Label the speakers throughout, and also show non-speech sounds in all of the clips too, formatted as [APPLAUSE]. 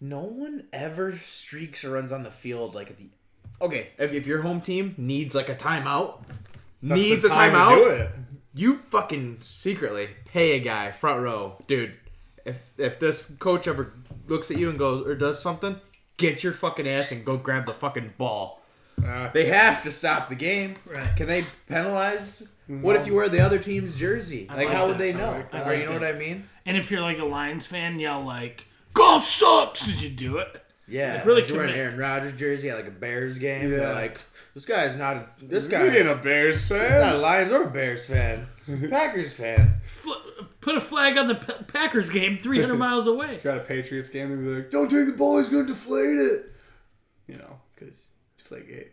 Speaker 1: No one ever streaks or runs on the field like at the. Okay, if, if your home team needs like a timeout, needs a timeout, you fucking secretly pay a guy front row, dude. If if this coach ever looks at you and goes or does something, get your fucking ass and go grab the fucking ball.
Speaker 2: Uh,
Speaker 1: They have to stop the game.
Speaker 3: Right.
Speaker 1: Can they penalize? What if you wear the other team's jersey? Like,
Speaker 3: like
Speaker 1: how
Speaker 3: that.
Speaker 1: would they know?
Speaker 2: I like that.
Speaker 1: Or
Speaker 3: I like
Speaker 1: you know
Speaker 3: that.
Speaker 1: what I mean?
Speaker 3: And if you're like a Lions fan, yell like "Golf sucks" as you do it.
Speaker 1: Yeah.
Speaker 3: Like,
Speaker 1: Like
Speaker 3: really
Speaker 1: really wearing an
Speaker 3: commit.
Speaker 1: Aaron Rodgers jersey at like a Bears game.
Speaker 2: Yeah.
Speaker 1: They're like, this guy's not a this
Speaker 2: you
Speaker 1: guy's
Speaker 2: ain't a
Speaker 1: he's
Speaker 2: Bears
Speaker 1: not a
Speaker 2: fan.
Speaker 1: Lions or a Bears
Speaker 2: [LAUGHS]
Speaker 1: fan. He's a Packers fan.
Speaker 3: Fl- put a flag on the P- Packers game
Speaker 2: [LAUGHS]
Speaker 3: 300 miles away.
Speaker 2: Got a Patriots game. They'd be like,
Speaker 1: Don't take the ball, he's gonna deflate it.
Speaker 2: you know, because it's Flagate.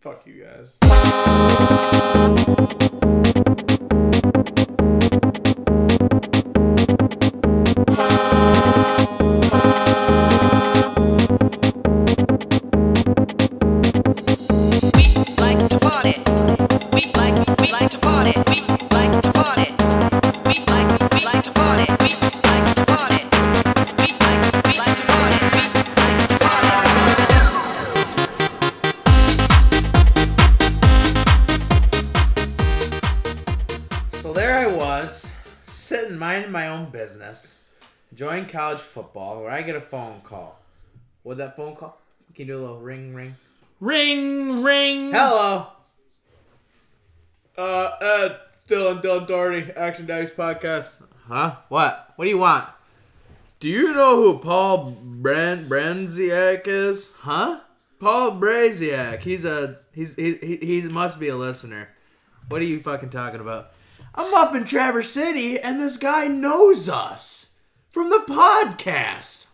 Speaker 2: Fuck you guys.
Speaker 4: We like to party. We like we like to party. We like to party. We like we like to party. We like to party. We like we like to party. We like to party.
Speaker 1: So there I was, sitting minding my own business, enjoying college football, where I get a phone call. What that phone call? Can you do a little ring ring?
Speaker 3: Ring, ring.
Speaker 1: Hello. Uh, uh, Dylan, Dylan Doherty, Action Dice Podcast. Huh? What? What do you want? Do you know who Paul Brand Branziak is? Huh? Paul Braziak. He's a he's he, he he must be a listener. What are you fucking talking about? I'm up in Traverse City, and this guy knows us from the podcast.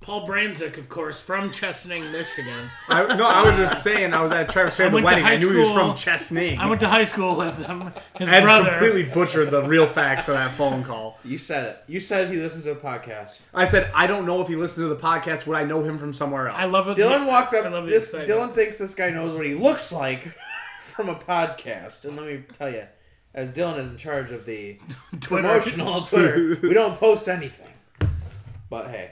Speaker 3: Paul Branzik, of course, from Chestnut, Michigan.
Speaker 2: I, no, I was just saying. I was at Travis Shea at the
Speaker 3: went to
Speaker 2: wedding.
Speaker 3: high
Speaker 2: I knew he was
Speaker 3: school.
Speaker 2: from Chesney.
Speaker 3: I went to high school with him. His
Speaker 2: I had
Speaker 3: brother.
Speaker 2: completely butchered the real facts of that phone call.
Speaker 1: You said it. You said he listens to a podcast.
Speaker 2: I said, I don't know if he listens to the podcast. Would I know him from somewhere else?
Speaker 3: I love it.
Speaker 1: Dylan walked
Speaker 3: I
Speaker 1: up.
Speaker 3: love the
Speaker 1: This
Speaker 3: excitement.
Speaker 1: Dylan thinks this guy knows what he looks like from a podcast, and let me tell you, as Dylan is in charge of
Speaker 3: [LAUGHS]
Speaker 1: the promotional Twitter, we don't post anything. But hey,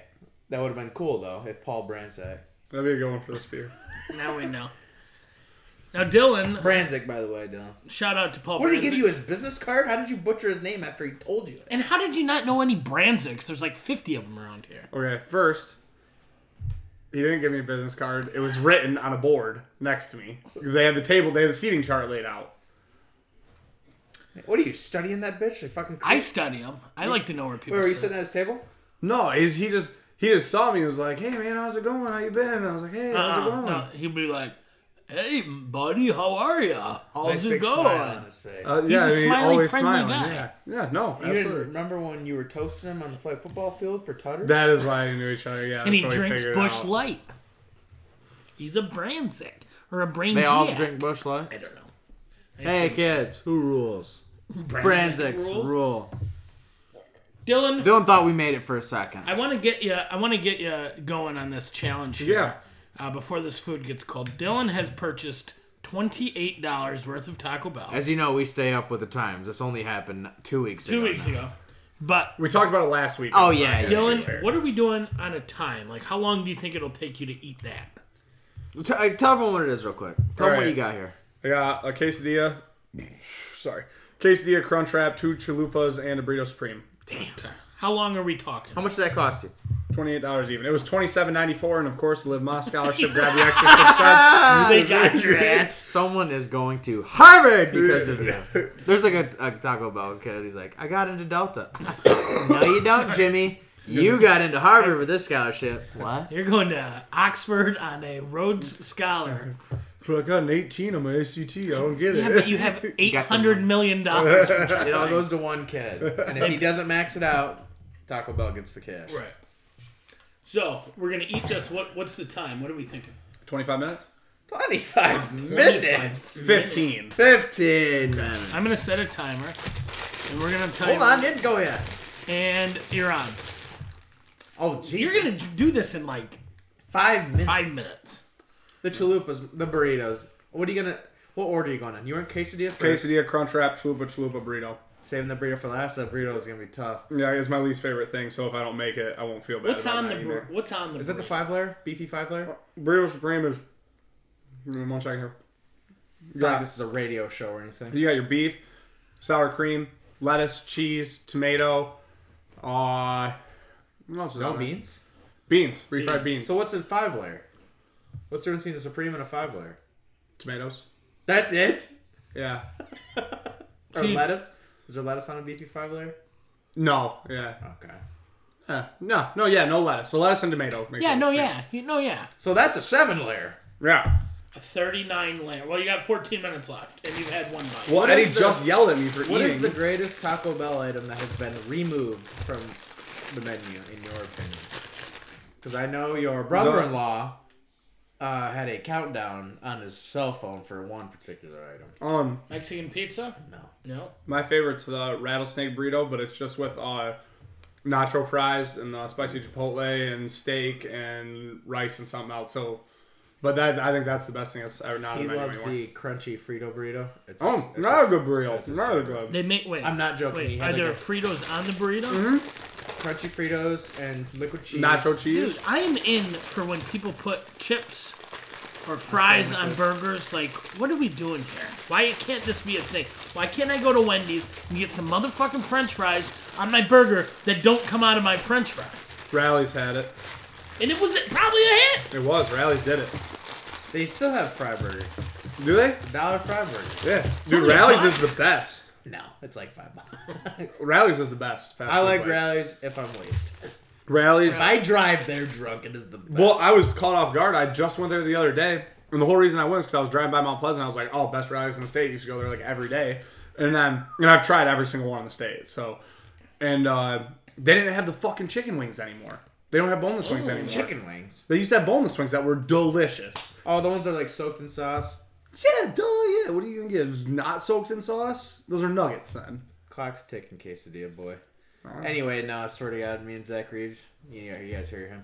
Speaker 1: that would have been cool though if Paul Branzak,
Speaker 2: That'd be a good one for this beer.
Speaker 3: Now we know. Now Dylan,
Speaker 1: Branzik, by the way, Dylan.
Speaker 3: shout out to Paul.
Speaker 1: What did he
Speaker 3: Branzik.
Speaker 1: give you his business card? How did you butcher his name after he told you? It?
Speaker 3: And how did you not know any Branziks? There's like 50 of them around here.
Speaker 2: Okay, first, he didn't give me a business card. It was written on a board next to me. They had the table, they had the seating chart laid out.
Speaker 1: What are you studying that bitch? They fucking.
Speaker 3: I study them. I like to know where people.
Speaker 1: Where were you
Speaker 3: sit.
Speaker 1: sitting at his table?
Speaker 2: No, he's, he just he just saw me. and was like, "Hey man, how's it going? How you been?" And I was like, "Hey, how's it
Speaker 3: Uh-uh.
Speaker 2: going?"
Speaker 3: No, he'd be like, "Hey, buddy, how are ya?
Speaker 1: Nice
Speaker 3: How's it
Speaker 1: big smile on
Speaker 3: going?"
Speaker 1: his face.
Speaker 2: Uh, yeah,
Speaker 3: a
Speaker 2: I mean,
Speaker 3: smiling,
Speaker 2: always
Speaker 3: friendly
Speaker 2: smiling.
Speaker 3: guy.
Speaker 2: Yeah, yeah, no,
Speaker 1: you didn't
Speaker 2: absolutely.
Speaker 1: remember when you were toasting him on the flag football field for Tutters?
Speaker 2: That is why we knew each other. Yeah,
Speaker 3: [LAUGHS] And he
Speaker 2: that's why we
Speaker 3: drinks
Speaker 2: figured it
Speaker 3: Bush
Speaker 2: out.
Speaker 3: Light. He's a Branzik or a Brain.
Speaker 1: Bush Light.
Speaker 3: I don't know. I
Speaker 1: Hey
Speaker 3: assume
Speaker 1: kids, who rules?
Speaker 3: Branzik
Speaker 1: Branzik's
Speaker 3: rules.
Speaker 1: rule.
Speaker 3: Dylan,
Speaker 1: Dylan thought we made it for a second.
Speaker 3: I want to get you. I want to get you going on this challenge. Here,
Speaker 2: Yeah.
Speaker 3: Uh, before this food gets cold, Dylan has purchased twenty-eight dollars worth of Taco Bell
Speaker 1: As you know, we stay up with the times. This only happened two weeks
Speaker 3: two
Speaker 1: ago.
Speaker 3: weeks ago. But
Speaker 2: We talked about it last week.
Speaker 1: Oh yeah, yeah.
Speaker 3: Dylan, what are we doing on a time? Like, how long do you think it'll take you to eat that?
Speaker 1: T- uh, tell everyone what it is real quick. Tell them what
Speaker 2: Alright.
Speaker 1: you got here.
Speaker 2: I got a quesadilla. Sorry, quesadilla, crunch wrap, two chalupas, and a burrito supreme.
Speaker 3: Damn. How long are we talking?
Speaker 1: How much did that cost you?
Speaker 2: Twenty-eight dollars even. It was twenty-seven ninety-four, and of course, Live Moss
Speaker 3: [LAUGHS]
Speaker 2: scholarship. Grab the extra six cents.
Speaker 3: they got your ass.
Speaker 1: Someone is going to Harvard because
Speaker 2: [LAUGHS]
Speaker 3: [LAUGHS]
Speaker 1: of you. There's like a, a Taco Bell kid. He's like, I got into Delta. [LAUGHS] no, you don't, Jimmy. You got into Harvard with this scholarship. What?
Speaker 3: You're going to Oxford on a Rhodes Scholar.
Speaker 2: But I got an eighteen on my SUT. I don't get
Speaker 3: Yeah, but
Speaker 1: [LAUGHS]
Speaker 3: you have eight
Speaker 1: got the
Speaker 3: hundred
Speaker 1: money.
Speaker 3: million
Speaker 1: [LAUGHS]
Speaker 3: dollars.
Speaker 1: It all goes to one kid, and if he doesn't max it out, Taco Bell gets the cash.
Speaker 3: Right. So we're gonna eat this. What? What's the time? What are we thinking?
Speaker 2: Twenty-five minutes.
Speaker 1: 25 minutes.
Speaker 2: Fifteen.
Speaker 1: 15 minutes.
Speaker 3: I'm gonna set a timer, and we're gonna time.
Speaker 1: Hold on, didn't go yet.
Speaker 3: And you're on.
Speaker 1: Oh, Jesus.
Speaker 3: You're gonna do this in like
Speaker 1: Five minutes.
Speaker 3: five minutes.
Speaker 1: The chalupas, the burritos. What are you gonna. What order are you going in? You want quesadilla first?
Speaker 2: Quesadilla, crunch wrap, chalupa, chalupa, burrito.
Speaker 1: Saving the burrito for last. That burrito is gonna be tough.
Speaker 2: Yeah, it's my least favorite thing. So if I don't make it, I won't feel bad.
Speaker 3: What's
Speaker 2: about
Speaker 3: on the
Speaker 2: that
Speaker 3: bur-
Speaker 2: either.
Speaker 3: What's on the?
Speaker 1: Is that the
Speaker 3: burrito?
Speaker 1: five layer? Beefy five layer?
Speaker 2: burrito supreme is? Mm, One second here. You
Speaker 1: It's not
Speaker 2: got,
Speaker 1: like this is a radio show or anything.
Speaker 2: you got your beef, sour cream, lettuce, cheese, tomato. Uh, what else is
Speaker 1: No
Speaker 2: on there?
Speaker 1: beans.
Speaker 2: Beans, refried beans,
Speaker 1: So what's in five layer? What's the difference between a supreme and a five layer?
Speaker 2: tomatoes.
Speaker 1: That's it.
Speaker 2: Yeah.
Speaker 1: Or
Speaker 3: See-
Speaker 1: lettuce? Is there lettuce on a beefy five layer?
Speaker 2: No. Yeah.
Speaker 1: Okay.
Speaker 2: Yeah. No. No. Yeah. No lettuce. So lettuce and tomato. make
Speaker 3: Yeah,
Speaker 2: it
Speaker 3: no,
Speaker 2: supreme.
Speaker 3: yeah, You- no, yeah.
Speaker 1: So that's a seven layer.
Speaker 2: Yeah.
Speaker 3: A thirty-nine layer. Well, you got fourteen minutes left, and you've had one bite.
Speaker 1: What
Speaker 2: Eddie
Speaker 1: is the-
Speaker 2: just yelled at me for
Speaker 1: What
Speaker 2: eating.
Speaker 1: is the greatest Taco Bell item that has been removed from the menu, in your opinion? Because I know your brother-in-law uh, had a countdown on his cell phone for one particular item.
Speaker 2: um?
Speaker 3: Mexican pizza?
Speaker 1: No.
Speaker 3: No.
Speaker 2: My favorite's the rattlesnake burrito, but it's just with uh, nacho fries and uh, spicy chipotle and steak and rice and something else. So, but that I think that's the best thing that's ever not
Speaker 1: He
Speaker 2: on the menu
Speaker 1: loves
Speaker 2: anymore.
Speaker 1: the crunchy Frito burrito. It's a-
Speaker 2: oh,
Speaker 1: it's
Speaker 2: not a good
Speaker 1: it's a
Speaker 2: burrito. Not a
Speaker 1: snack.
Speaker 2: good.
Speaker 3: They make wait.
Speaker 1: I'm not joking, he
Speaker 3: Wait,
Speaker 1: had
Speaker 3: are
Speaker 1: like
Speaker 3: there
Speaker 1: a-
Speaker 3: Fritos on the burrito?
Speaker 1: Crunchy Fritos and liquid cheese.
Speaker 2: Nacho cheese.
Speaker 3: Dude, I am in for when people put chips or fries on
Speaker 1: Sandwiches.
Speaker 3: burgers. Like, what are we doing here? Why can't this be a thing? Why can't I go to Wendy's and get some motherfucking French fries on my burger that don't come out of my French fry?
Speaker 2: Rallies had it.
Speaker 3: And it was probably a hit.
Speaker 2: It was Rallies did it.
Speaker 1: They still have fry burger.
Speaker 2: Do they?
Speaker 1: Dollar fry burger.
Speaker 2: Yeah. Dude,
Speaker 3: only a
Speaker 2: Rallies
Speaker 3: buck.
Speaker 2: is the best.
Speaker 1: No, it's like five
Speaker 2: [LAUGHS]
Speaker 1: bucks.
Speaker 2: Rallies is the best. fast
Speaker 1: I
Speaker 2: food
Speaker 1: like
Speaker 2: place.
Speaker 1: rallies if I'm wasted.
Speaker 2: Rallies.
Speaker 1: If I drive there drunk, it is the best.
Speaker 2: Well, I was caught off guard. I just went there the other day, and the whole reason I went is because I was driving by Mount Pleasant. I was like, "Oh, best rallies in the state. You should go there like every day." And then, and I've tried every single one in the state. So, and uh, they didn't have the fucking chicken wings anymore. They don't have boneless wings anymore.
Speaker 1: chicken wings.
Speaker 2: They used to have boneless wings that were delicious.
Speaker 1: Oh, the ones that are like soaked in sauce.
Speaker 2: Yeah, duh, yeah. What are you gonna get? It's Not soaked in sauce? Those are nuggets then.
Speaker 1: Clock's ticking, quesadilla boy. Anyway, no, I swear to God, me and Zach Reeves, you, know, you guys hear him.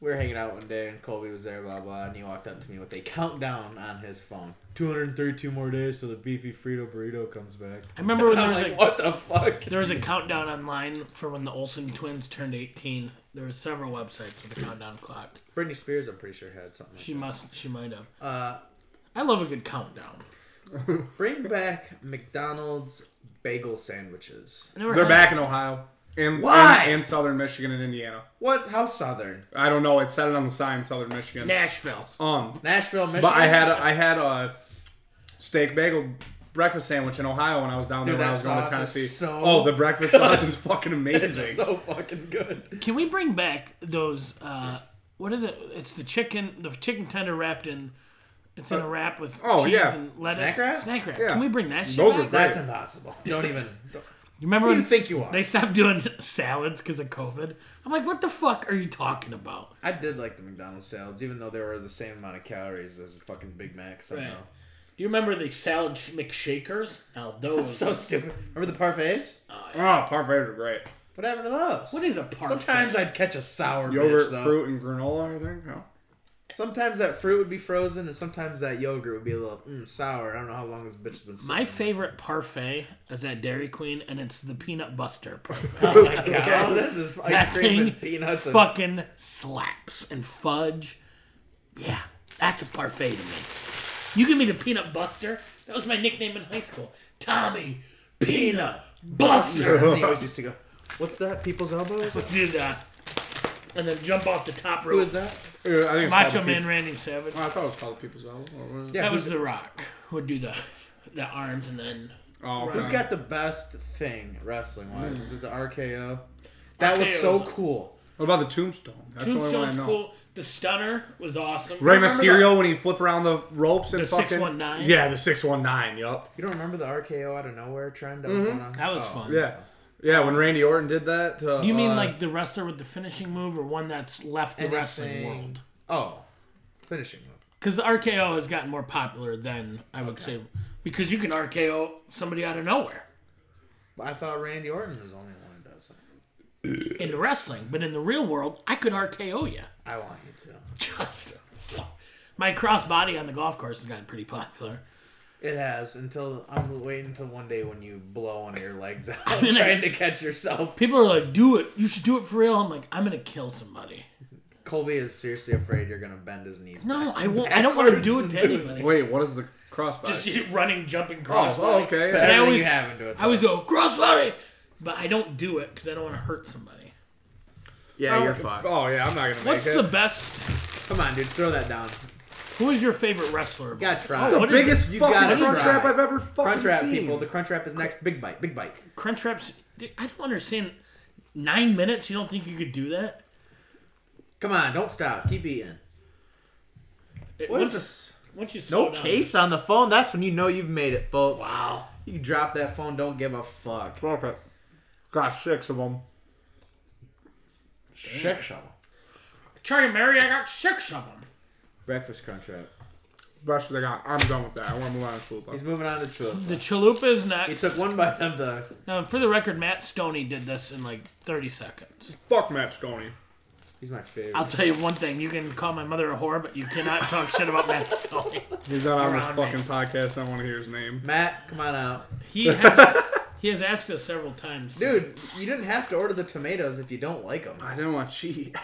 Speaker 1: We were hanging out one day, and Colby was there, blah blah, and he walked up to me with a countdown on his phone. Two hundred thirty-two more days till the beefy Frito burrito comes back.
Speaker 3: I remember when
Speaker 1: [LAUGHS]
Speaker 3: there
Speaker 1: I'm
Speaker 3: was
Speaker 1: like,
Speaker 3: a
Speaker 1: what the fuck?
Speaker 3: there was a countdown online for when the Olsen twins turned 18. There were several websites with a countdown clock.
Speaker 1: Britney Spears, I'm pretty sure had something.
Speaker 3: She must. She might have.
Speaker 1: Uh,
Speaker 3: I love a good countdown.
Speaker 1: bring back McDonald's bagel sandwiches.
Speaker 3: I never
Speaker 2: They're
Speaker 3: had-
Speaker 2: back in Ohio. And,
Speaker 1: Why?
Speaker 2: And, and southern Michigan and Indiana.
Speaker 1: What? How southern?
Speaker 2: I don't know. It said it on the sign, southern Michigan.
Speaker 3: Nashville.
Speaker 2: Um,
Speaker 1: Nashville, Michigan.
Speaker 2: But I had a, I had a steak bagel breakfast sandwich in Ohio when I was down there
Speaker 1: Dude,
Speaker 2: when I
Speaker 1: that
Speaker 2: was going to
Speaker 1: sauce is
Speaker 2: Tennessee.
Speaker 1: so
Speaker 2: oh, the breakfast
Speaker 1: [LAUGHS]
Speaker 2: sauce is fucking amazing.
Speaker 1: It's so fucking good.
Speaker 3: Can we bring back those? Uh, what are the? It's the chicken, the chicken tender wrapped in. It's in a wrap with
Speaker 2: oh,
Speaker 3: cheese
Speaker 2: yeah.
Speaker 3: and lettuce.
Speaker 1: Snack wrap?
Speaker 3: Snack wrap.
Speaker 2: Yeah.
Speaker 3: Can we bring that shit
Speaker 2: Those are
Speaker 3: back?
Speaker 2: great.
Speaker 1: That's impossible. Don't even.
Speaker 3: You remember
Speaker 1: Who do
Speaker 3: when
Speaker 1: you think you are?
Speaker 3: they stopped doing [LAUGHS] salads because of COVID? I'm like, what the fuck are you talking about?
Speaker 1: I did like the McDonald's salads, even though they were the same amount of calories as a fucking Big Mac. Somehow,
Speaker 3: Right. Do you remember the salad sh- McShakers? Now those.
Speaker 1: so stupid. Remember the parfaits?
Speaker 2: Oh, parfaits are great.
Speaker 1: What happened to those?
Speaker 3: what is a parfait?
Speaker 1: Sometimes I'd catch a sour
Speaker 2: Yogurt,
Speaker 1: bitch though.
Speaker 2: fruit, and granola. I think. No.
Speaker 1: Sometimes that fruit would be frozen, and sometimes that yogurt would be a little mm, sour. I don't know how long this bitch has been.
Speaker 3: My favorite parfait is at Dairy Queen, and it's the peanut buster parfait.
Speaker 1: oh
Speaker 3: [LAUGHS]
Speaker 1: my god! [LAUGHS] Oh, this is ice
Speaker 3: That
Speaker 1: cream
Speaker 3: thing
Speaker 1: and peanuts and
Speaker 3: fucking slaps and fudge. Yeah, that's a parfait to me. You give me the peanut buster. That was my nickname in high school. Tommy Peanut
Speaker 1: butter.
Speaker 3: Buster.
Speaker 1: And he always used to go, "What's that? People's elbows?
Speaker 3: Do that, and then jump off the top
Speaker 1: Who
Speaker 3: rope.
Speaker 1: is that?"
Speaker 2: Yeah, I think it's
Speaker 3: Macho
Speaker 2: called the
Speaker 3: Man
Speaker 2: Pe-
Speaker 3: Randy Savage.
Speaker 2: Oh, I thought it was called the People's Elbow. Or what is it?
Speaker 1: Yeah,
Speaker 3: That
Speaker 1: who's
Speaker 3: was The Rock. Would do the the arms and then
Speaker 2: Oh, okay.
Speaker 1: Who's got the best thing wrestling
Speaker 3: Hmm.
Speaker 1: wise? Is it the RKO? That was
Speaker 3: RKO
Speaker 1: so
Speaker 3: is-
Speaker 1: cool.
Speaker 2: What about the Tombstone? That's the only one I
Speaker 3: tombstone's
Speaker 2: know.
Speaker 3: cool. The stunner was awesome.
Speaker 2: Rey
Speaker 1: Remember
Speaker 2: Mysterio when he flip around the ropes and
Speaker 3: The
Speaker 2: fucking
Speaker 3: 619?
Speaker 2: Yeah, the six one nine. Yup.
Speaker 1: You don't remember the RKO out of nowhere trend that was going on?
Speaker 3: That was
Speaker 1: Oh.
Speaker 3: fun.
Speaker 2: Yeah, yeah. When Randy Orton did that. To,
Speaker 3: You mean
Speaker 2: uh,
Speaker 3: like the wrestler with the finishing move, or one that's left the wrestling
Speaker 1: Anything-
Speaker 3: world?
Speaker 1: Oh, finishing move.
Speaker 3: Because the RKO has gotten more popular than I would say, because you can RKO somebody out of nowhere
Speaker 1: But I thought Randy Orton was the only one who does it.
Speaker 3: in the wrestling, but in the real world, I could RKO [LAUGHS] you.
Speaker 1: I want you to.
Speaker 3: Just my crossbody on the golf course has gotten pretty popular.
Speaker 1: It has until I'm waiting until one day when you blow one of your legs [LAUGHS] out
Speaker 3: I'm gonna-
Speaker 1: trying to catch yourself.
Speaker 3: People are like, do it. You should do it for real. I'm like, I'm gonna kill somebody.
Speaker 1: Colby is seriously afraid you're gonna bend his knees.
Speaker 3: No, I won't. I don't want to do it to
Speaker 1: Backwards, dude.
Speaker 3: anybody.
Speaker 2: Wait, what is the crossbody?
Speaker 3: Just running, jumping,
Speaker 2: oh,
Speaker 3: crossbody.
Speaker 2: well, okay.
Speaker 3: I
Speaker 1: I
Speaker 2: yeah.
Speaker 1: everything
Speaker 3: always-
Speaker 1: you have into it.
Speaker 3: I always
Speaker 1: though.
Speaker 3: go crossbody, but I don't do it because I don't want to hurt somebody.
Speaker 1: yeah, you're
Speaker 2: Oh,
Speaker 1: fucked.
Speaker 2: Oh yeah, I'm not gonna
Speaker 3: What's
Speaker 2: make
Speaker 3: the
Speaker 2: it.
Speaker 3: best?
Speaker 1: Come on, dude, throw that down.
Speaker 3: Who is your favorite wrestler?
Speaker 1: You gotta try.
Speaker 3: Oh, what is
Speaker 2: biggest
Speaker 3: it?
Speaker 1: You
Speaker 2: fucking
Speaker 1: gotta
Speaker 2: crunch
Speaker 1: try.
Speaker 2: wrap I've ever
Speaker 3: Oh,
Speaker 2: fucking
Speaker 1: crunch wrap,
Speaker 2: seen.
Speaker 1: people. The crunch wrap is next. Big bite, big bite.
Speaker 3: crunch wraps. I don't understand. Nine minutes? You don't think you could do that?
Speaker 1: Come on, don't stop. Keep eating.
Speaker 3: It-
Speaker 1: What
Speaker 3: once,
Speaker 1: is this?
Speaker 3: Once you slow
Speaker 1: No
Speaker 3: down-
Speaker 1: case on the phone. That's when you know you've made it, folks.
Speaker 3: Wow.
Speaker 1: You drop that phone. Don't give a fuck.
Speaker 2: Fuck it. Got six of them.
Speaker 1: Check shovel.
Speaker 3: Try and marry. I got six of them.
Speaker 1: Breakfast crunch wrap.
Speaker 2: Best they got. I'm done with that. I want to move on to Chalupa.
Speaker 1: He's moving on to chill.
Speaker 3: The chalupa is
Speaker 1: He
Speaker 3: next.
Speaker 1: took one bite of the.
Speaker 3: now, for the record, Matt Stoney did this in like 30 seconds.
Speaker 2: Fuck Matt Stoney.
Speaker 1: He's my favorite.
Speaker 3: I'll tell you one thing: you can call my mother a whore, but you cannot talk shit about Matt Stoney.
Speaker 2: He's not on this
Speaker 3: Around
Speaker 2: fucking podcast. I don't want to hear his name.
Speaker 1: Matt, come on out,
Speaker 3: [LAUGHS] He has, he has asked us several times.
Speaker 1: dude. You didn't have to order the tomatoes if you don't like them.
Speaker 2: I didn't want to cheat.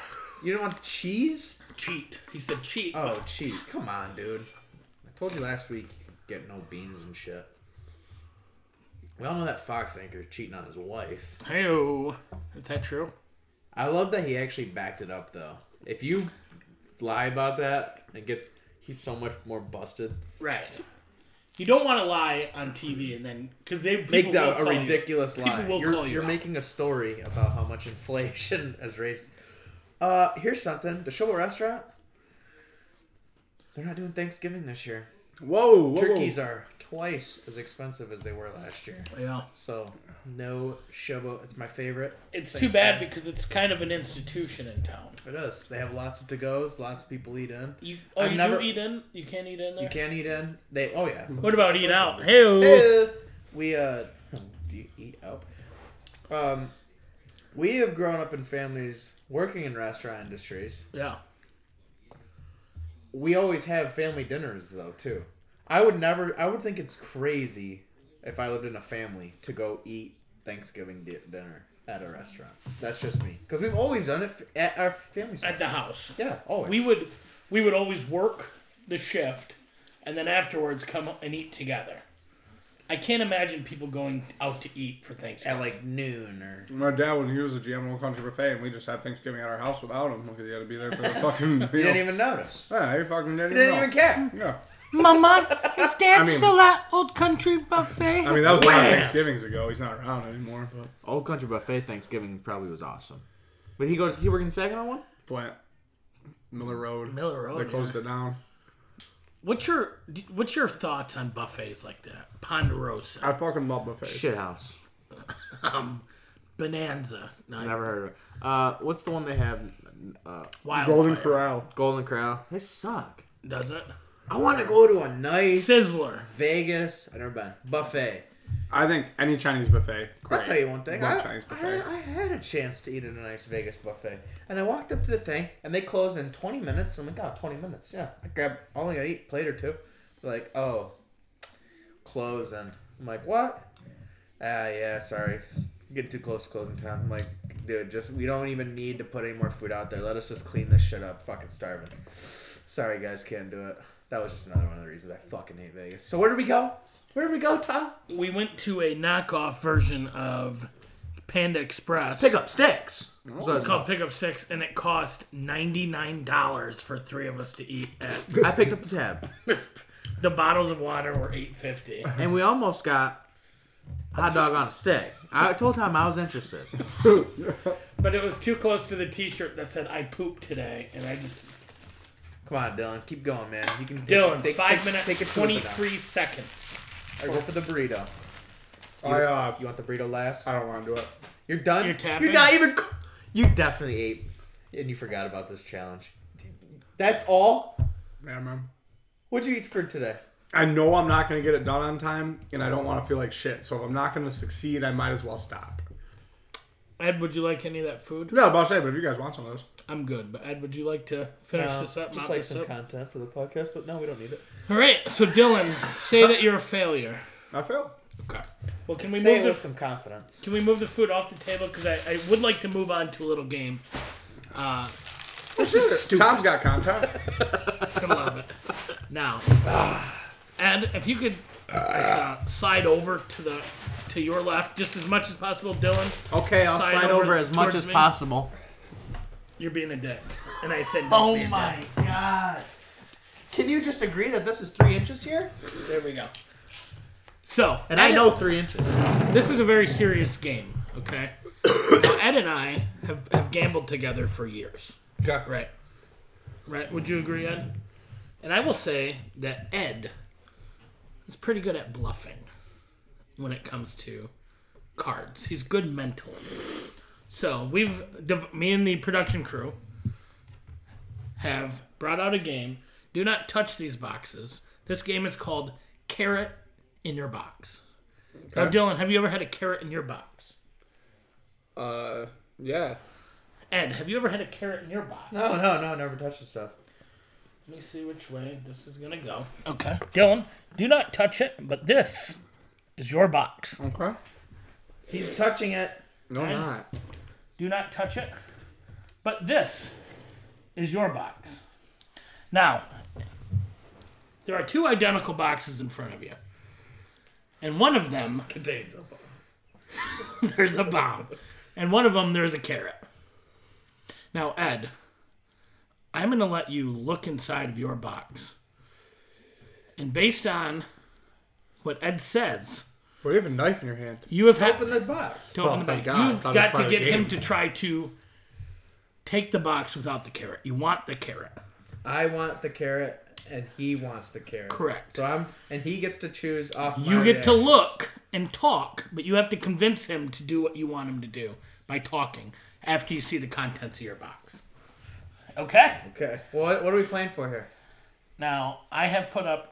Speaker 1: You don't want the cheese?
Speaker 3: Cheat. He said cheat.
Speaker 1: Oh, cheat! Come on, dude. I told you last week you could get no beans and shit. We all know that Fox anchor cheating on his wife.
Speaker 3: Hey, is that true?
Speaker 1: I love that he actually backed it up though. If you lie about that, it gets he's so much more busted.
Speaker 3: Right. You don't want to lie on TV and then because they people
Speaker 1: Make
Speaker 3: will
Speaker 1: that a
Speaker 3: call you.
Speaker 1: ridiculous
Speaker 3: People
Speaker 1: lie.
Speaker 3: will
Speaker 1: You're,
Speaker 3: call you
Speaker 1: you're
Speaker 3: out.
Speaker 1: making a story about how much [LAUGHS] inflation has raised. Uh, here's something: the Shovel Restaurant. They're not doing Thanksgiving this year.
Speaker 2: Whoa, whoa, whoa.
Speaker 1: Turkeys are twice as expensive as they were last year.
Speaker 3: Yeah.
Speaker 1: So no Shovel. It's my favorite.
Speaker 3: It's too bad because it's kind of an institution in town.
Speaker 1: It is. They have lots of to goes. Lots of people eat in.
Speaker 3: You oh
Speaker 1: I've
Speaker 3: you
Speaker 1: never-
Speaker 3: do eat in? You can't eat in there.
Speaker 1: You can eat in. They. Oh yeah.
Speaker 3: What about eat out? Hey.
Speaker 1: Uh, we uh do you eat up um we have grown up in families working in restaurant industries
Speaker 3: Yeah.
Speaker 1: we always have family dinners though too i would never i would think it's crazy if i lived in a family to go eat thanksgiving di- dinner at a restaurant that's just me because we've always done it f- at our family's
Speaker 3: At the house.
Speaker 1: yeah always
Speaker 3: We would we would always work the shift and then afterwards come and eat together. I can't imagine people going out to eat for
Speaker 1: at
Speaker 3: Thanksgiving.
Speaker 1: like noon or
Speaker 2: My dad, when he was a GM of Old Country Buffet, and we just had Thanksgiving at our house without him because he had to be there for
Speaker 1: [LAUGHS]
Speaker 2: the fucking meal.
Speaker 1: you didn't even notice
Speaker 2: Yeah, he fucking didn't,
Speaker 1: you didn't even care
Speaker 2: Yeah.
Speaker 3: Mama, is Dad
Speaker 2: I mean- still
Speaker 3: at Old Country Buffet?
Speaker 2: I mean, that was a lot of Thanksgivings ago. He's not around anymore. But
Speaker 1: old country buffet thanksgiving probably was awesome but he goes he working second on one
Speaker 2: Flint, Miller Road.
Speaker 3: Miller Road,
Speaker 2: They closed it down.
Speaker 3: What's your d- What's your thoughts on buffets like that? Ponderosa, um,
Speaker 2: I fucking love buffets.
Speaker 1: shit house
Speaker 3: Bonanza, no,
Speaker 1: Never heard of it. Uh, what's the one they have? Uh,
Speaker 3: Wildfire.
Speaker 2: Golden Corral.
Speaker 1: Golden Corral. They suck.
Speaker 3: Does it?
Speaker 1: I want to go to a nice
Speaker 3: Sizzler.
Speaker 1: Vegas. I've never been buffet.
Speaker 2: I think any Chinese buffet. Great.
Speaker 1: I'll tell you one thing. I,
Speaker 2: Love Chinese
Speaker 1: I, [LAUGHS]
Speaker 2: buffet. [LAUGHS]
Speaker 1: I had a chance to eat at a nice Vegas buffet, and I walked up to the thing, and they close in 20 minutes. I'm like, oh, 20 minutes. Yeah, I grab I only got to eat a plate or two. They're like, oh, closing. I'm like, what? Ah, yeah, sorry. Getting too close to closing time. I'm like, dude, just we don't even need to put any more food out there. Let us just clean this shit up. Fucking starving. Sorry, guys, can't do it. That was just another one of the reasons I fucking hate Vegas. So where did we go? Where did we go, Tom?
Speaker 3: We went to a knockoff version of Panda Express.
Speaker 1: up sticks.
Speaker 2: Oh,
Speaker 3: It's called Pickup Six, and it cost ninety nine dollars for three of us to eat. At
Speaker 1: I picked up the tab,
Speaker 3: [LAUGHS] the bottles of water were eight fifty.
Speaker 1: and we almost got hot dog on a stick. I told Tom I was interested.
Speaker 3: But it was too close to the T-shirt that said "I pooped today," and I just
Speaker 1: Come on, Dylan, keep going, man. You can. take-
Speaker 3: Dylan
Speaker 1: take-
Speaker 3: five
Speaker 1: take-
Speaker 3: minutes
Speaker 1: Take it
Speaker 3: twenty three seconds.
Speaker 1: I go for the burrito.
Speaker 2: I, uh,
Speaker 1: You want the burrito last?
Speaker 2: I don't want to do it.
Speaker 1: You're done.
Speaker 3: You're tapping?
Speaker 1: not even. c- You definitely ate, and you forgot about this challenge. That's all.
Speaker 2: Yeah, man.
Speaker 1: What'd you eat for today?
Speaker 2: I know I'm not going to get it done on time, and I don't want to feel like shit. So if I'm not going to succeed, I might as well stop.
Speaker 3: Ed, would you like any of that food?
Speaker 2: No, but I'll say, but if you guys want some of those,
Speaker 3: I'm good, but Ed, would you like to finish
Speaker 1: No,
Speaker 3: this up?
Speaker 1: Uh, just
Speaker 3: mop
Speaker 1: like
Speaker 3: this
Speaker 1: some
Speaker 3: up?
Speaker 1: content for the podcast, but no, we don't need it.
Speaker 3: All right, so Dylan, say that you're a failure.
Speaker 2: I fail.
Speaker 3: Okay. Well, can we
Speaker 1: Say it
Speaker 3: move
Speaker 1: with
Speaker 3: the,
Speaker 1: some confidence.
Speaker 3: can we move the food off the table? Because I, I would like to move on to a little game. Uh,
Speaker 1: This is
Speaker 2: Tom's got content.
Speaker 3: [LAUGHS] I love it. Now, Ed, if you could uh, slide over to the to your left just as much as possible, Dylan.
Speaker 1: Okay, I'll
Speaker 3: Side
Speaker 1: slide
Speaker 3: over
Speaker 1: over, as much
Speaker 3: towards
Speaker 1: as
Speaker 3: me.
Speaker 1: possible.
Speaker 3: You're being a dick, and I said,
Speaker 1: Oh
Speaker 3: don't be a
Speaker 1: my
Speaker 3: dick.
Speaker 1: god. Can you just agree that this is three inches here?
Speaker 3: There we go. So,
Speaker 1: And I know three inches.
Speaker 3: This is a very serious game, okay? Now, Ed and I have, have gambled together for years.
Speaker 2: Okay.
Speaker 3: Right. Right. Would you agree, Ed? And I will say that Ed is pretty good at bluffing when it comes to cards. He's good mentally. So we've dev- me and the production crew have brought out a game. Do not touch these boxes. This game is called Carrot in Your Box. Now, Dylan, have you ever had a carrot in your box?
Speaker 2: Uh, yeah.
Speaker 3: Ed, have you ever had a carrot in your box?
Speaker 1: No, no, no, never touch the stuff.
Speaker 3: Let me see which way this is gonna go. Okay. Dylan, do not touch it, but this is your box.
Speaker 2: Okay.
Speaker 1: He's touching it.
Speaker 2: No, I'm not.
Speaker 3: Do not touch it, but this is your box. Now, there are two identical boxes in front of you, and one of them
Speaker 2: Contains them.
Speaker 3: [LAUGHS] there's a bomb, and one of them there's a carrot. Now, Ed, I'm going to let you look inside of your box. And based on what Ed says,
Speaker 2: Well, you have a knife in your hand. [LAUGHS]
Speaker 3: you have had
Speaker 1: Open the box.
Speaker 3: to open the
Speaker 2: Oh, thank
Speaker 3: box.
Speaker 2: God. I
Speaker 3: You've
Speaker 2: thought it was
Speaker 3: got
Speaker 2: part
Speaker 3: to
Speaker 2: of the
Speaker 3: get him
Speaker 2: game.
Speaker 3: to try to take the box without the carrot. You want the carrot.
Speaker 1: I want the carrot and he wants the carrot.
Speaker 3: Correct.
Speaker 1: So I'm and he gets to choose off my
Speaker 3: You get to
Speaker 1: reaction.
Speaker 3: look and talk, but you have to convince him to do what you want him to do by talking after you see the contents of your box. Okay?
Speaker 1: Okay. Well, what, what are we playing for here?
Speaker 3: Now, I have put up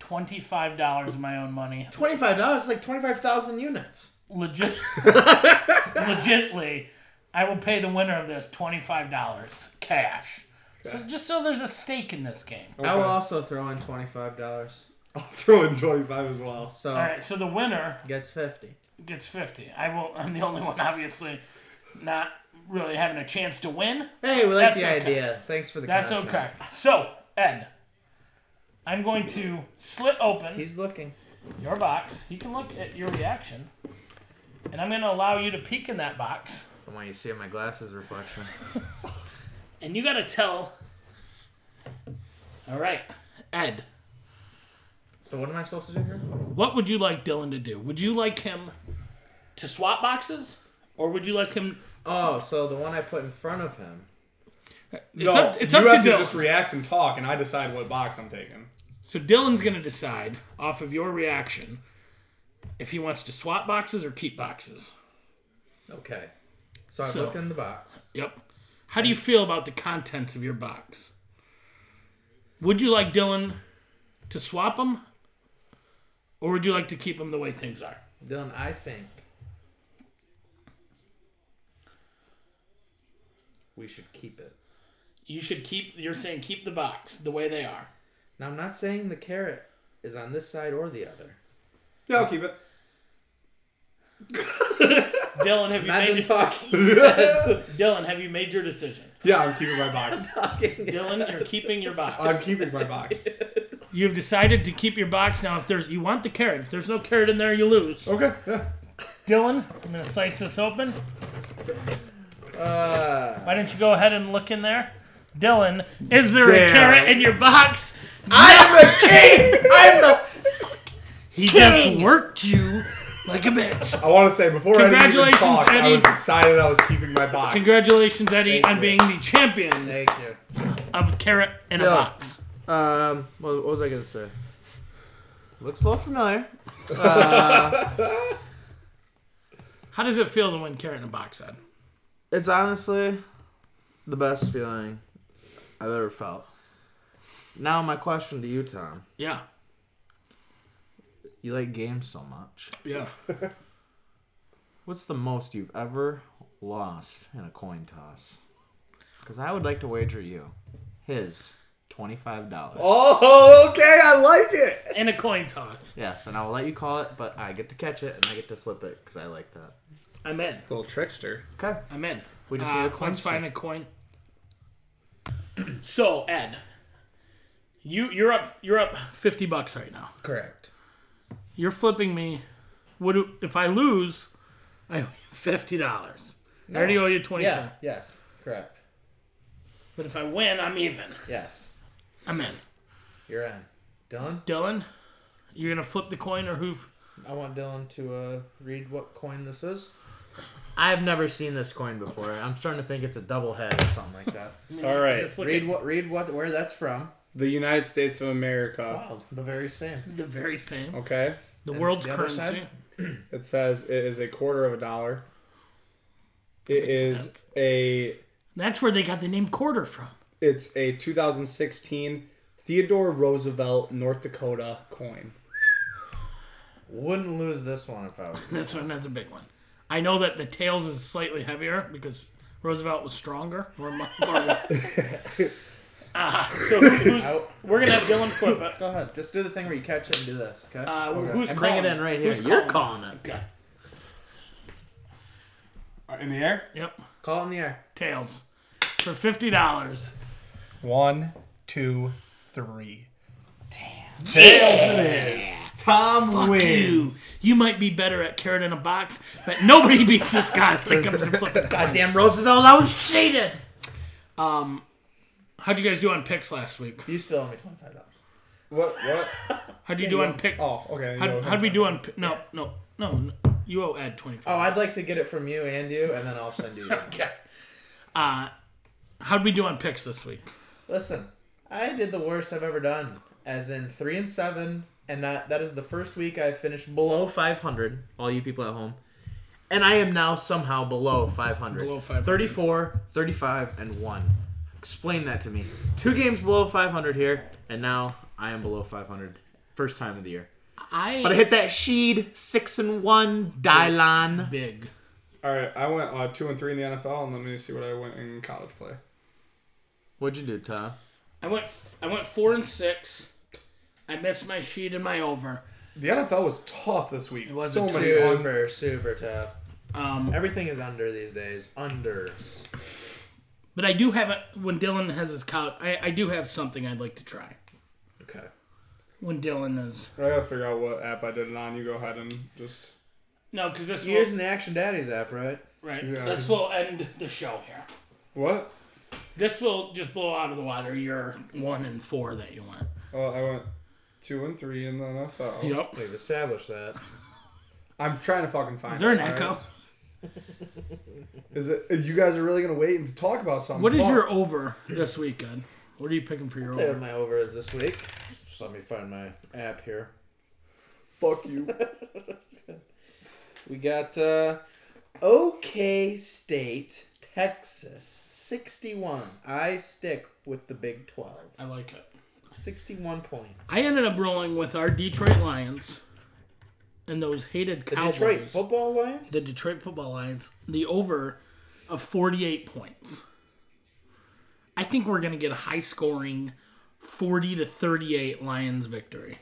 Speaker 3: $25 of my own money.
Speaker 1: Twenty-five dollars is like twenty-five thousand units.
Speaker 3: Legit. [LAUGHS] legitly, I will pay the winner of this $25 cash. So just so there's a stake in this game.
Speaker 2: Oh.
Speaker 1: I will also throw in twenty-five dollars.
Speaker 2: I'll throw in 25 as well.
Speaker 1: So
Speaker 3: All right, so the winner
Speaker 1: gets fifty.
Speaker 3: gets 50. I will [LAUGHS] I'm the only one obviously not really having a chance to win.
Speaker 1: Hey, we like
Speaker 3: That's
Speaker 1: the
Speaker 3: okay.
Speaker 1: idea. Thanks for the
Speaker 3: That's
Speaker 1: content.
Speaker 3: okay. So, Ed, I'm going to slit open
Speaker 1: He's looking.
Speaker 3: your box. You can look at your reaction. And I'm going to allow you to peek in that box.
Speaker 1: I want you to see Oh my glasses reflection.
Speaker 3: And you gotta tell. All right, Ed.
Speaker 1: So what am I supposed to do here?
Speaker 3: What would you like Dylan to do? Would you like him to swap boxes, or would you like him?
Speaker 1: Oh, so the one I put in front of him.
Speaker 3: It's
Speaker 2: no,
Speaker 3: up, it's
Speaker 2: you
Speaker 3: up
Speaker 2: have
Speaker 3: to
Speaker 2: to,
Speaker 3: Dylan.
Speaker 2: just react and talk, and I decide what box I'm taking.
Speaker 3: so Dylan's gonna decide off of your reaction if he wants to swap boxes or keep boxes.
Speaker 1: Okay. So I
Speaker 3: So-
Speaker 1: looked in the box.
Speaker 3: Yep. How do you feel about the contents of your box? Would you like Dylan to swap them, or would you like to keep them the way things are?
Speaker 1: Dylan, I think we should keep it.
Speaker 3: You should keep. You're saying keep the box the way they are.
Speaker 1: Now I'm not saying the carrot is on this side or the other.
Speaker 2: Yeah, I'll keep it.
Speaker 3: Dylan, have you
Speaker 1: Not
Speaker 3: made your,
Speaker 1: done talking.
Speaker 3: [LAUGHS] Dylan, have you made your decision?
Speaker 2: Yeah, I'm keeping my
Speaker 1: [LAUGHS]
Speaker 2: box.
Speaker 3: Dylan, you're keeping your
Speaker 2: I'm
Speaker 3: box.
Speaker 2: keeping my box.
Speaker 3: You've decided to keep your box now. If there's, you want the carrot. If there's no carrot in there, you lose.
Speaker 2: Okay, yeah.
Speaker 3: Dylan, I'm gonna slice this open.
Speaker 1: Uh,
Speaker 3: Why don't you go ahead and look in there? Dylan, is there a
Speaker 2: Yeah.
Speaker 3: carrot in your box?
Speaker 1: I am the king. I am the.
Speaker 3: He just
Speaker 1: King!
Speaker 3: worked you like a bitch.
Speaker 1: Oh,
Speaker 2: I want to say before I even
Speaker 3: Congratulations,
Speaker 2: talked, I
Speaker 3: Eddie.
Speaker 2: was decided I was keeping my box.
Speaker 3: Congratulations, Eddie,
Speaker 1: Thank
Speaker 3: on
Speaker 1: you.
Speaker 3: being the champion
Speaker 1: Thank you.
Speaker 3: of carrot in a
Speaker 1: Dylan.
Speaker 3: box.
Speaker 1: Um, what, what was I gonna say? Looks a little familiar.
Speaker 3: How does it feel to win carrot in a box, Ed?
Speaker 1: It's honestly the best feeling I've ever felt. Now my question to you, Tom.
Speaker 3: Yeah,
Speaker 1: You like games so much.
Speaker 3: yeah.
Speaker 1: What's the most you've ever
Speaker 5: lost in a coin toss? Because I would like to wager you his twenty-five dollars.
Speaker 1: Oh, okay. I like it.
Speaker 3: And a coin toss.
Speaker 5: Yes, and I will let you call it, but I get to catch it and I get to flip it because I like that.
Speaker 3: I'm in.
Speaker 2: Little trickster.
Speaker 5: Okay.
Speaker 3: I'm in. Uh,
Speaker 5: We just need a coin
Speaker 3: Let's
Speaker 5: stick.
Speaker 3: find a coin. [CLEARS THROAT] so Ed, you you're up you're up fifty bucks right now.
Speaker 1: Correct.
Speaker 3: You're flipping me. What do, if I lose? I owe you fifty dollars. I already owe you twenty.
Speaker 1: Yeah. Yes. Correct.
Speaker 3: But if I win, I'm even.
Speaker 1: Yes.
Speaker 3: I'm in.
Speaker 1: You're in. Dylan,
Speaker 3: Dylan, you're gonna flip the coin or who?
Speaker 1: I want Dylan to uh, read what coin this is.
Speaker 5: I've never seen this coin before. I'm starting to think it's a double head or something like that.
Speaker 2: All right.
Speaker 3: Just [LAUGHS] look
Speaker 1: Read what? Read what? Where that's from?
Speaker 2: The United States of America.
Speaker 1: Wow, the very same.
Speaker 3: at the very same.
Speaker 2: Okay.
Speaker 3: The world's
Speaker 1: the other
Speaker 3: currency.
Speaker 1: side?
Speaker 2: It says it is a quarter of a dollar. It is
Speaker 3: sense.
Speaker 2: a
Speaker 3: That's where they got the name quarter from. [LAUGHS]
Speaker 2: it's a 2016 Theodore Roosevelt North Dakota coin.
Speaker 1: Wouldn't lose this one if I was.
Speaker 3: This one that's a big one. I know that the tails is slightly heavier because Roosevelt was stronger. More, mu- [LAUGHS] more uh,
Speaker 1: [LAUGHS]
Speaker 3: so who's,
Speaker 1: Out.
Speaker 3: we're gonna have Dylan flip it.
Speaker 1: Go ahead. Just do the thing where you catch it and do this. Okay.
Speaker 3: Uh, Who's
Speaker 5: And bring it
Speaker 3: calling?
Speaker 5: in right here.
Speaker 3: Who's
Speaker 5: You're
Speaker 3: calling?
Speaker 5: calling it.
Speaker 3: Okay.
Speaker 2: In the air.
Speaker 3: Yep,
Speaker 1: Call it in the air.
Speaker 3: tails for fifty dollars.
Speaker 2: One, two, three.
Speaker 5: Tom
Speaker 3: You, you might be better at carrot in a box, but nobody [LAUGHS] beats this guy when it comes to flipping.
Speaker 5: Goddamn Roosevelt, I was cheated.
Speaker 3: Um, how'd you guys do on picks last week?
Speaker 1: You still owe me twenty five dollars.
Speaker 2: What? What?
Speaker 3: How'd you do on pick?
Speaker 2: Oh, okay.
Speaker 3: How'd, how'd we do on pick? No, no, no, no. You owe Ed twenty
Speaker 1: Oh,
Speaker 3: five.
Speaker 1: I'd like to get it from you and you, and then I'll send
Speaker 3: [LAUGHS]
Speaker 1: you. the money.
Speaker 3: Uh, how'd we do on picks this week?
Speaker 1: Listen, I did the worst I've ever done, as in three and seven, and that that is the first week I finished below.
Speaker 5: Below 500, all you people at home. And I am now somehow below 500.
Speaker 3: Below 500.
Speaker 5: 34, 35, and 1. Explain that to me. Two games below 500 here, and now I am below 500. First time of the year.
Speaker 3: I
Speaker 5: But I hit that sheed, 6 and 1, Dylan.
Speaker 3: [LAUGHS] big.
Speaker 2: All right. I went uh, two and three in the NFL, and let me see what I went in college play.
Speaker 5: What'd you do, Tom?
Speaker 3: I went f- I went four and six. I missed my sheet and my over.
Speaker 2: The NFL was tough this week.
Speaker 3: was
Speaker 2: so
Speaker 3: a
Speaker 2: many un-
Speaker 1: Super, super tough.
Speaker 3: Um,
Speaker 1: Everything is under these days. Under.
Speaker 3: but I do have it when Dylan has his couch. I, I do have something I'd like to try
Speaker 1: Okay.
Speaker 3: when Dylan is
Speaker 2: I gotta figure out what app I did it on. You go ahead and just.
Speaker 3: no because this
Speaker 1: You using
Speaker 3: will,
Speaker 1: the Action Daddies app, right?
Speaker 3: right.
Speaker 2: Yeah.
Speaker 3: This will end the show here.
Speaker 2: What?
Speaker 3: This will just blow out of the water your one and four that you went.
Speaker 2: Oh, I went two and three in the NFL.
Speaker 3: Yep.
Speaker 1: We've established that.
Speaker 2: I'm trying to fucking find.
Speaker 3: Is there an
Speaker 2: it, all right?
Speaker 3: echo?
Speaker 2: Is it? You guys are really gonna wait and talk about something?
Speaker 3: What is
Speaker 2: Fuck.
Speaker 3: your over this weekend? What are you picking for your
Speaker 1: Say what
Speaker 3: over?
Speaker 1: my over is this week. Just let me find my app here.
Speaker 2: Fuck you.
Speaker 1: [LAUGHS] We got uh, OK State, Texas, 61. I stick with the Big 12.
Speaker 3: I like it.
Speaker 1: 61 points.
Speaker 3: I ended up rolling with our Detroit Lions and those hated
Speaker 1: the
Speaker 3: Cowboys.
Speaker 1: Detroit Football Lions?
Speaker 3: the Detroit Football Lions the over of 48 points. I think we're going to get a high scoring 40 to 38 Lions victory.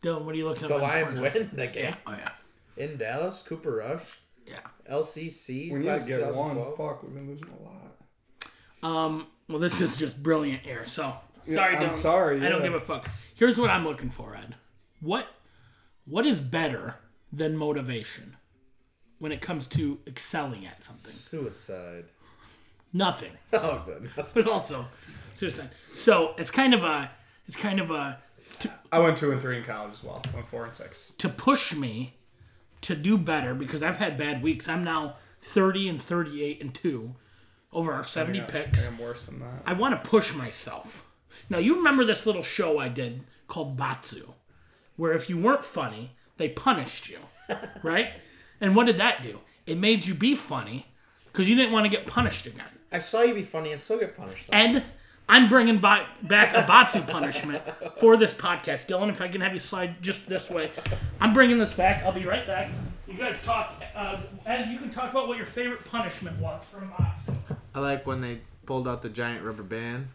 Speaker 3: Dylan, what are you looking at?
Speaker 1: The
Speaker 3: on
Speaker 1: Lions
Speaker 3: Pornhub?
Speaker 1: win the game.
Speaker 3: Oh, yeah.
Speaker 1: In Dallas, Cooper Rush,
Speaker 3: Yeah.
Speaker 1: LCC.
Speaker 2: We need
Speaker 1: class
Speaker 2: to
Speaker 1: of
Speaker 2: get one.
Speaker 1: 2012.
Speaker 2: Fuck, we've been losing a lot.
Speaker 3: Um, well, this is just brilliant air. So sorry,
Speaker 2: I'm
Speaker 3: Dylan.
Speaker 2: sorry,
Speaker 3: I don't
Speaker 2: yeah.
Speaker 3: give a fuck. Here's what I'm looking for, Ed. What What is better than motivation when it comes to excelling at something?
Speaker 1: Suicide. [LAUGHS]
Speaker 3: Nothing.
Speaker 1: Oh, good.
Speaker 3: [LAUGHS] but also suicide. So it's kind of a it's kind of a
Speaker 2: I went two and three in college as well. Went four and six.
Speaker 3: to push me to do better because I've had bad weeks. I'm now 30 and 38 and 2 over our 70
Speaker 2: Yeah, I
Speaker 3: picks.
Speaker 2: think I'm worse than that.
Speaker 3: I want to push myself. Now, you remember this little show I did called Batsu, where if you weren't funny, they punished you, right? And what did that do? It made you be funny because you didn't want to get punished again.
Speaker 1: I saw you be funny and still get punished. Though.
Speaker 3: Ed, I'm bringing ba- back a Batsu punishment for this podcast. Dylan, if I can have you slide just this way, I'm bringing this back. I'll be right back. You guys talk. Uh, Ed, you can talk about what your favorite punishment was from Moxie.
Speaker 1: I like when they pulled out the giant rubber band.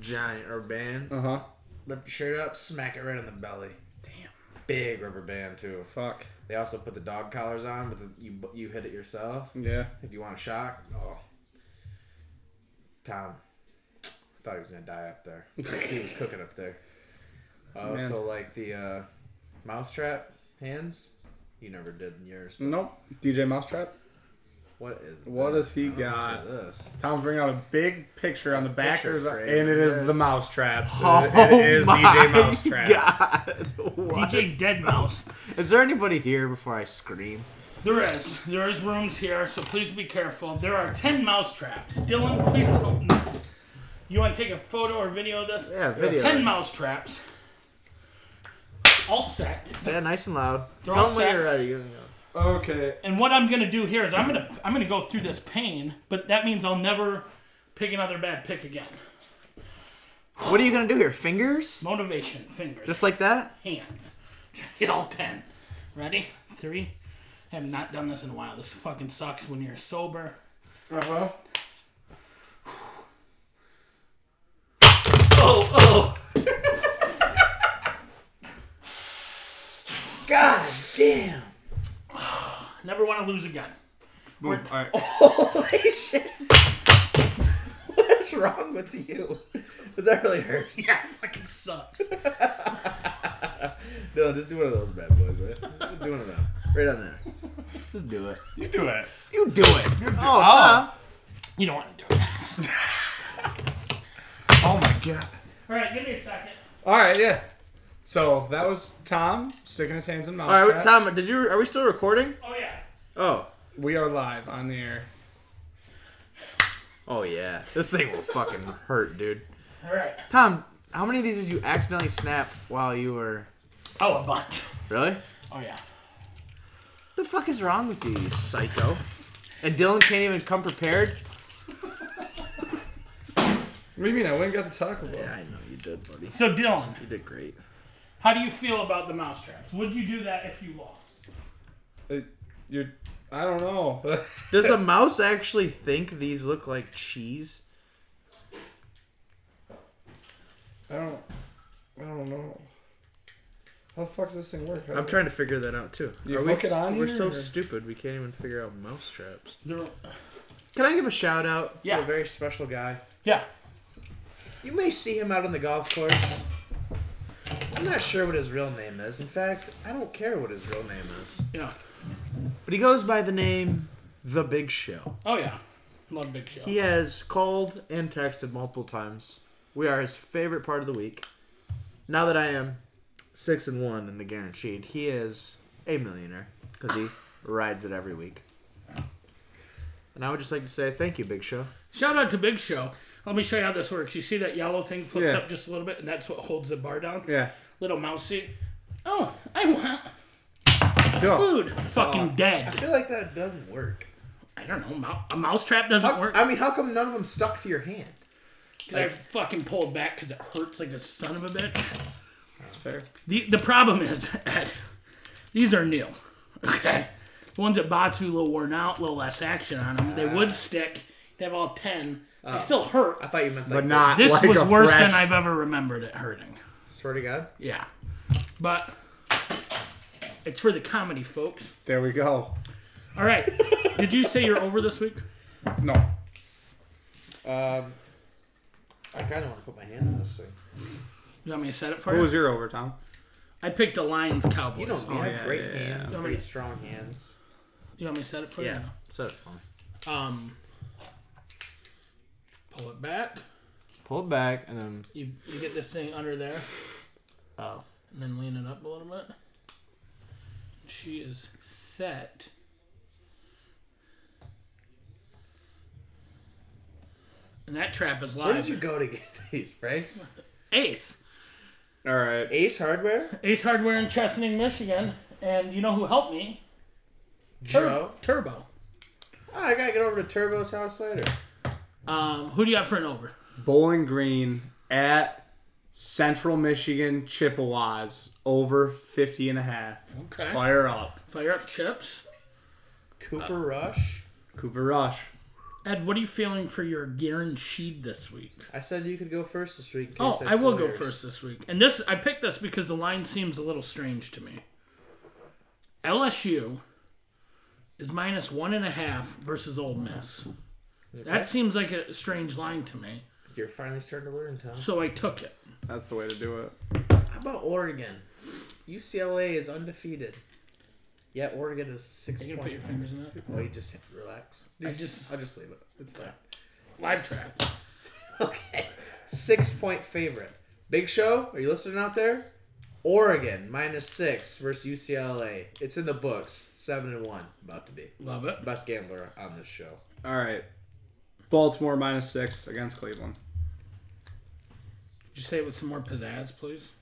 Speaker 1: Giant rubber band.
Speaker 2: Uh huh.
Speaker 5: Lift your shirt up, smack it right in the belly. Damn. Big rubber band too.
Speaker 2: Fuck.
Speaker 5: They also put the dog collars on, but the, you you hit it yourself.
Speaker 2: Yeah.
Speaker 5: If you want a shock, oh, Tom, I thought he was gonna die up there. he was cooking up there. I also like the uh, mousetrap hands. You never did in yours.
Speaker 2: Nope. DJ Mousetrap.
Speaker 5: What is
Speaker 2: Mm. What
Speaker 5: that?
Speaker 2: does he
Speaker 5: I don't
Speaker 2: got?
Speaker 5: know This.
Speaker 2: Tom's bringing out a big picture on the back,
Speaker 5: Picture
Speaker 2: of his-
Speaker 5: frame.
Speaker 2: and it is the Mousetrap.
Speaker 1: [LAUGHS]
Speaker 2: So
Speaker 1: Oh
Speaker 2: it is DJ Mousetrap.
Speaker 1: God. What?
Speaker 3: DJ Dead Mouse.
Speaker 1: Is there anybody here before I scream?
Speaker 3: There is. There is rooms here, so please be careful. There are 10 mouse traps. Dylan, please don't. You want to take a photo or video of this?
Speaker 1: Yeah, video.
Speaker 3: 10 mouse traps. All set.
Speaker 1: Say it nice and loud.
Speaker 3: They're
Speaker 1: Tell
Speaker 3: all
Speaker 1: them when
Speaker 3: set.
Speaker 1: you're ready. You're
Speaker 2: Okay.
Speaker 3: And what I'm gonna do here is I'm gonna I'm gonna go through this pain, but that means I'll never pick another bad pick again.
Speaker 1: gonna- What are you gonna do here? Fingers?
Speaker 3: Motivation, fingers,
Speaker 1: Just like that?
Speaker 3: hands. [LAUGHS] Hit all ten. Ready? Three. I have not done this in a while. This fucking sucks when you're sober.
Speaker 2: Uh huh.
Speaker 3: Oh, oh.
Speaker 1: oh. [LAUGHS]
Speaker 5: God damn!
Speaker 3: Never want to lose again.
Speaker 2: All right.
Speaker 5: Holy shit! What's wrong with you? Does that really hurt?
Speaker 3: [LAUGHS] Yeah, it fucking sucks.
Speaker 5: No, just do one of those bad boys, man. Just do one of them. Right on there.
Speaker 1: Just do it.
Speaker 2: You do it.
Speaker 1: You do it. oh, Tom.
Speaker 3: you don't want to do it.
Speaker 2: Oh my god.
Speaker 3: all right, give me a second.
Speaker 2: All right. Yeah. So that was Tom sticking his hands in
Speaker 1: All
Speaker 2: Mousetrap.
Speaker 1: right, Tom. Did you? Are we still recording?
Speaker 3: Oh yeah.
Speaker 1: Oh.
Speaker 2: We are live on the air.
Speaker 1: Oh yeah. This thing will fucking hurt, dude.
Speaker 3: All right.
Speaker 1: Tom, how many of these did you accidentally snap while you were?
Speaker 3: Oh, a bunch.
Speaker 1: Really?
Speaker 3: Oh yeah.
Speaker 1: The fuck is wrong with you, you psycho? And Dylan can't even come prepared.
Speaker 2: What do you mean? I went and got the Taco Bell.
Speaker 1: I know you did, buddy.
Speaker 3: So Dylan,
Speaker 1: You did great.
Speaker 3: how do you feel about the mousetraps? Would you do that if you lost?
Speaker 2: It- you're. [LAUGHS] I don't know. [LAUGHS]
Speaker 1: Does a mouse actually think these look like cheese?
Speaker 2: I don't. I don't know. How the fuck does this thing work?
Speaker 1: I'm trying to figure that out too.
Speaker 2: You
Speaker 1: Are we
Speaker 2: hook it on
Speaker 1: we're
Speaker 2: here,
Speaker 1: so
Speaker 2: or-
Speaker 1: stupid we can't even figure out mouse traps.
Speaker 3: Is there?
Speaker 1: Can I give a shout out
Speaker 3: Yeah.
Speaker 1: to a very special guy?
Speaker 3: Yeah.
Speaker 5: You may see him out on the golf course. I'm not sure what his real name is. In fact, I don't care what his real name is.
Speaker 3: Yeah.
Speaker 1: But he goes by the name The Big Show.
Speaker 3: Oh yeah. Love Big Show.
Speaker 1: He has called and texted multiple times. We are his favorite part of the week. Now that I am six and one in the guaranteed, he is a millionaire because he rides it every week. And I would just like to say thank you, Big Show.
Speaker 3: Shout out to Big Show. Let me show you how this works. You see that yellow thing flips
Speaker 2: Yeah.
Speaker 3: up just a little bit, and that's what holds the bar down.
Speaker 2: Yeah.
Speaker 3: Little mousey. Oh, I want
Speaker 2: No.
Speaker 3: food. Fucking
Speaker 5: I
Speaker 3: dead.
Speaker 5: feel like that doesn't work.
Speaker 3: I don't know. Mou- a mouse trap doesn't
Speaker 5: How,
Speaker 3: work.
Speaker 5: I mean, how come none of them stuck to your hand?
Speaker 3: 'Cause I fucking pulled back because it hurts like a son of a bitch.
Speaker 2: That's fair.
Speaker 3: The the problem is, [LAUGHS] Ed, these are new. Okay. The ones at Batu, a little worn out, a little less action on them.
Speaker 2: Ah.
Speaker 3: They would stick. They have all ten. They still hurt.
Speaker 5: I thought you meant like.
Speaker 2: But not.
Speaker 3: This
Speaker 2: like
Speaker 3: was
Speaker 2: a
Speaker 3: worse
Speaker 2: fresh-
Speaker 3: than I've ever remembered it hurting.
Speaker 5: Swear to God.
Speaker 3: Yeah. But it's for the comedy, folks.
Speaker 2: There we go.
Speaker 3: All right. Did you say you're over this week?
Speaker 2: No.
Speaker 5: Um, I kind of want to put my hand on this thing.
Speaker 3: You want me to set it for
Speaker 2: What
Speaker 3: you?
Speaker 2: was your over, Tom?
Speaker 3: I picked a Lions Cowboys.
Speaker 5: You don't have
Speaker 2: yeah,
Speaker 5: great
Speaker 2: yeah, yeah.
Speaker 5: hands.
Speaker 3: Oh,
Speaker 5: Pretty
Speaker 3: yeah.
Speaker 5: strong hands.
Speaker 3: You want me to set it for you?
Speaker 1: So it's fine.
Speaker 3: No. Um, pull it back.
Speaker 1: Pull it back and then
Speaker 3: You, you get this thing under there.
Speaker 1: Oh.
Speaker 3: And then lean it up a little bit. She is set. And that trap is
Speaker 5: Where did
Speaker 3: live.
Speaker 5: you go to get [LAUGHS] these, Franks?
Speaker 3: Ace.
Speaker 2: All
Speaker 3: Uh,
Speaker 2: right.
Speaker 5: Ace Hardware.
Speaker 3: Ace Hardware in Chesaning, Michigan, and you know who helped me? Tur-
Speaker 5: Joe.
Speaker 3: Turbo.
Speaker 5: Oh, I gotta get over to Turbo's house later.
Speaker 3: Um, who do you got for an over?
Speaker 2: Bowling Green at Central Michigan Chippewas over 50 and a half.
Speaker 3: Okay. Fire,
Speaker 2: Fire up.
Speaker 3: up chips.
Speaker 1: Cooper
Speaker 3: Uh.
Speaker 1: Rush.
Speaker 2: Cooper Rush.
Speaker 3: Ed, what are you feeling for your guaranteed this week?
Speaker 1: I said you could go first this week. in
Speaker 3: Oh,
Speaker 1: case
Speaker 3: I will
Speaker 1: stole
Speaker 3: go
Speaker 1: yours.
Speaker 3: first this week. And this I picked this because the line seems a little strange to me. LSU is minus one and a half versus Ole Miss. That seems like a strange line to me.
Speaker 1: You're finally starting to learn, Tom.
Speaker 3: So I took it.
Speaker 2: That's the way to do it.
Speaker 1: How about Oregon? UCLA is undefeated. Yeah, Oregon is six
Speaker 3: You gonna put your fingers in it?
Speaker 1: Oh, you just relax.
Speaker 3: I just
Speaker 1: I'll just leave it. It's fine.
Speaker 3: live trap.
Speaker 1: [LAUGHS] Okay. Six point favorite. Big Show, are you listening out there? Oregon minus six versus UCLA. It's in the books. Seven and one, about to be
Speaker 3: Love it.
Speaker 1: best gambler on this show.
Speaker 2: All right. Baltimore minus six against Cleveland.
Speaker 3: Could you say it with some more pizzazz, please?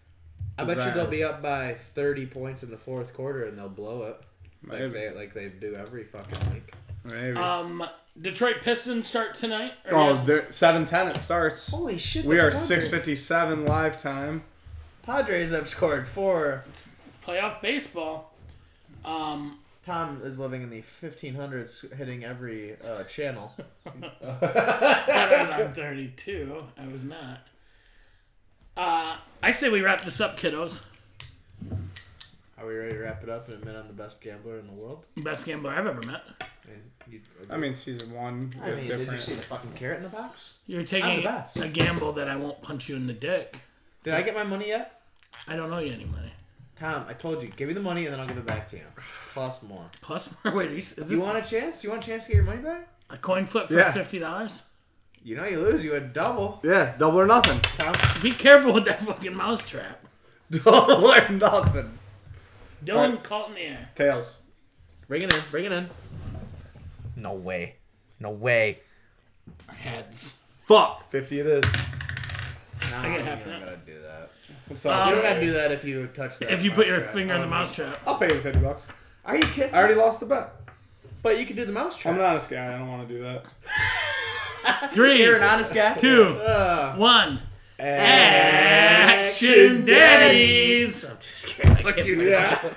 Speaker 1: I bet you they'll be
Speaker 2: Pizzazz.
Speaker 1: up by thirty points in the fourth quarter and they'll blow it like
Speaker 2: Maybe.
Speaker 1: they like they do every fucking week.
Speaker 2: Maybe.
Speaker 1: Uh,
Speaker 3: Um, Detroit Pistons start tonight. or
Speaker 2: oh,
Speaker 3: yes-
Speaker 2: they're- 7-10 it starts.
Speaker 1: Holy shit!
Speaker 2: We
Speaker 1: the
Speaker 2: are
Speaker 1: Padres-
Speaker 2: 657 live time.
Speaker 1: Padres have scored four.
Speaker 3: playoff baseball. Um,
Speaker 1: Tom is living in the fifteen hundreds, hitting every uh, channel. [LAUGHS]
Speaker 3: I was on 32. I was not. Uh, I say we wrap this up, kiddos.
Speaker 1: Are we ready to wrap it up and admit I'm the best gambler in the world?
Speaker 3: Best gambler I've ever met.
Speaker 1: And you,
Speaker 2: I mean, season one.
Speaker 1: I mean, did you
Speaker 2: different.
Speaker 1: see the fucking carrot in the box?
Speaker 3: You're
Speaker 1: I'm
Speaker 3: taking
Speaker 1: the best.
Speaker 3: a gamble that I won't punch you in the dick.
Speaker 1: Did I get my money yet?
Speaker 3: I don't owe you any money.
Speaker 1: Tom, I told you, give me the money and then I'll give it back to you. Plus [SIGHS] more.
Speaker 3: Plus, [LAUGHS] wait, is is this
Speaker 1: You want a chance? You want a chance to get your money back?
Speaker 3: a coin flip for
Speaker 2: Yeah.
Speaker 3: fifty dollars?
Speaker 1: You know you lose, you had double.
Speaker 2: Yeah, double or nothing.
Speaker 1: Tom, [LAUGHS]
Speaker 3: Be careful with that fucking mousetrap.
Speaker 2: Double or nothing.
Speaker 3: Dylan
Speaker 2: Right.
Speaker 3: caught in the air.
Speaker 2: Tails.
Speaker 1: bring it in, bring it in. No way. No way.
Speaker 3: Heads.
Speaker 2: Fuck. 50 it is.
Speaker 1: Nah, I
Speaker 3: get
Speaker 1: get
Speaker 3: half
Speaker 1: half you
Speaker 3: an
Speaker 1: don't
Speaker 3: hour.
Speaker 1: gotta do that.
Speaker 2: That's all.
Speaker 1: You don't gotta do that if you touch that.
Speaker 3: If you put your
Speaker 1: mousetrap.
Speaker 3: finger in the
Speaker 1: Um,
Speaker 3: mousetrap,
Speaker 2: I'll pay you the 50 bucks.
Speaker 1: Are you kidding?
Speaker 2: I already lost the bet.
Speaker 1: But you can do the mousetrap.
Speaker 2: I'm an honest guy. I don't want to do that.
Speaker 3: three,
Speaker 1: You're an honest guy.
Speaker 3: two,
Speaker 1: Uh,
Speaker 3: one.
Speaker 1: Action
Speaker 3: Action daddies.
Speaker 1: I'm just kidding.
Speaker 3: Fuck you,
Speaker 2: Yeah.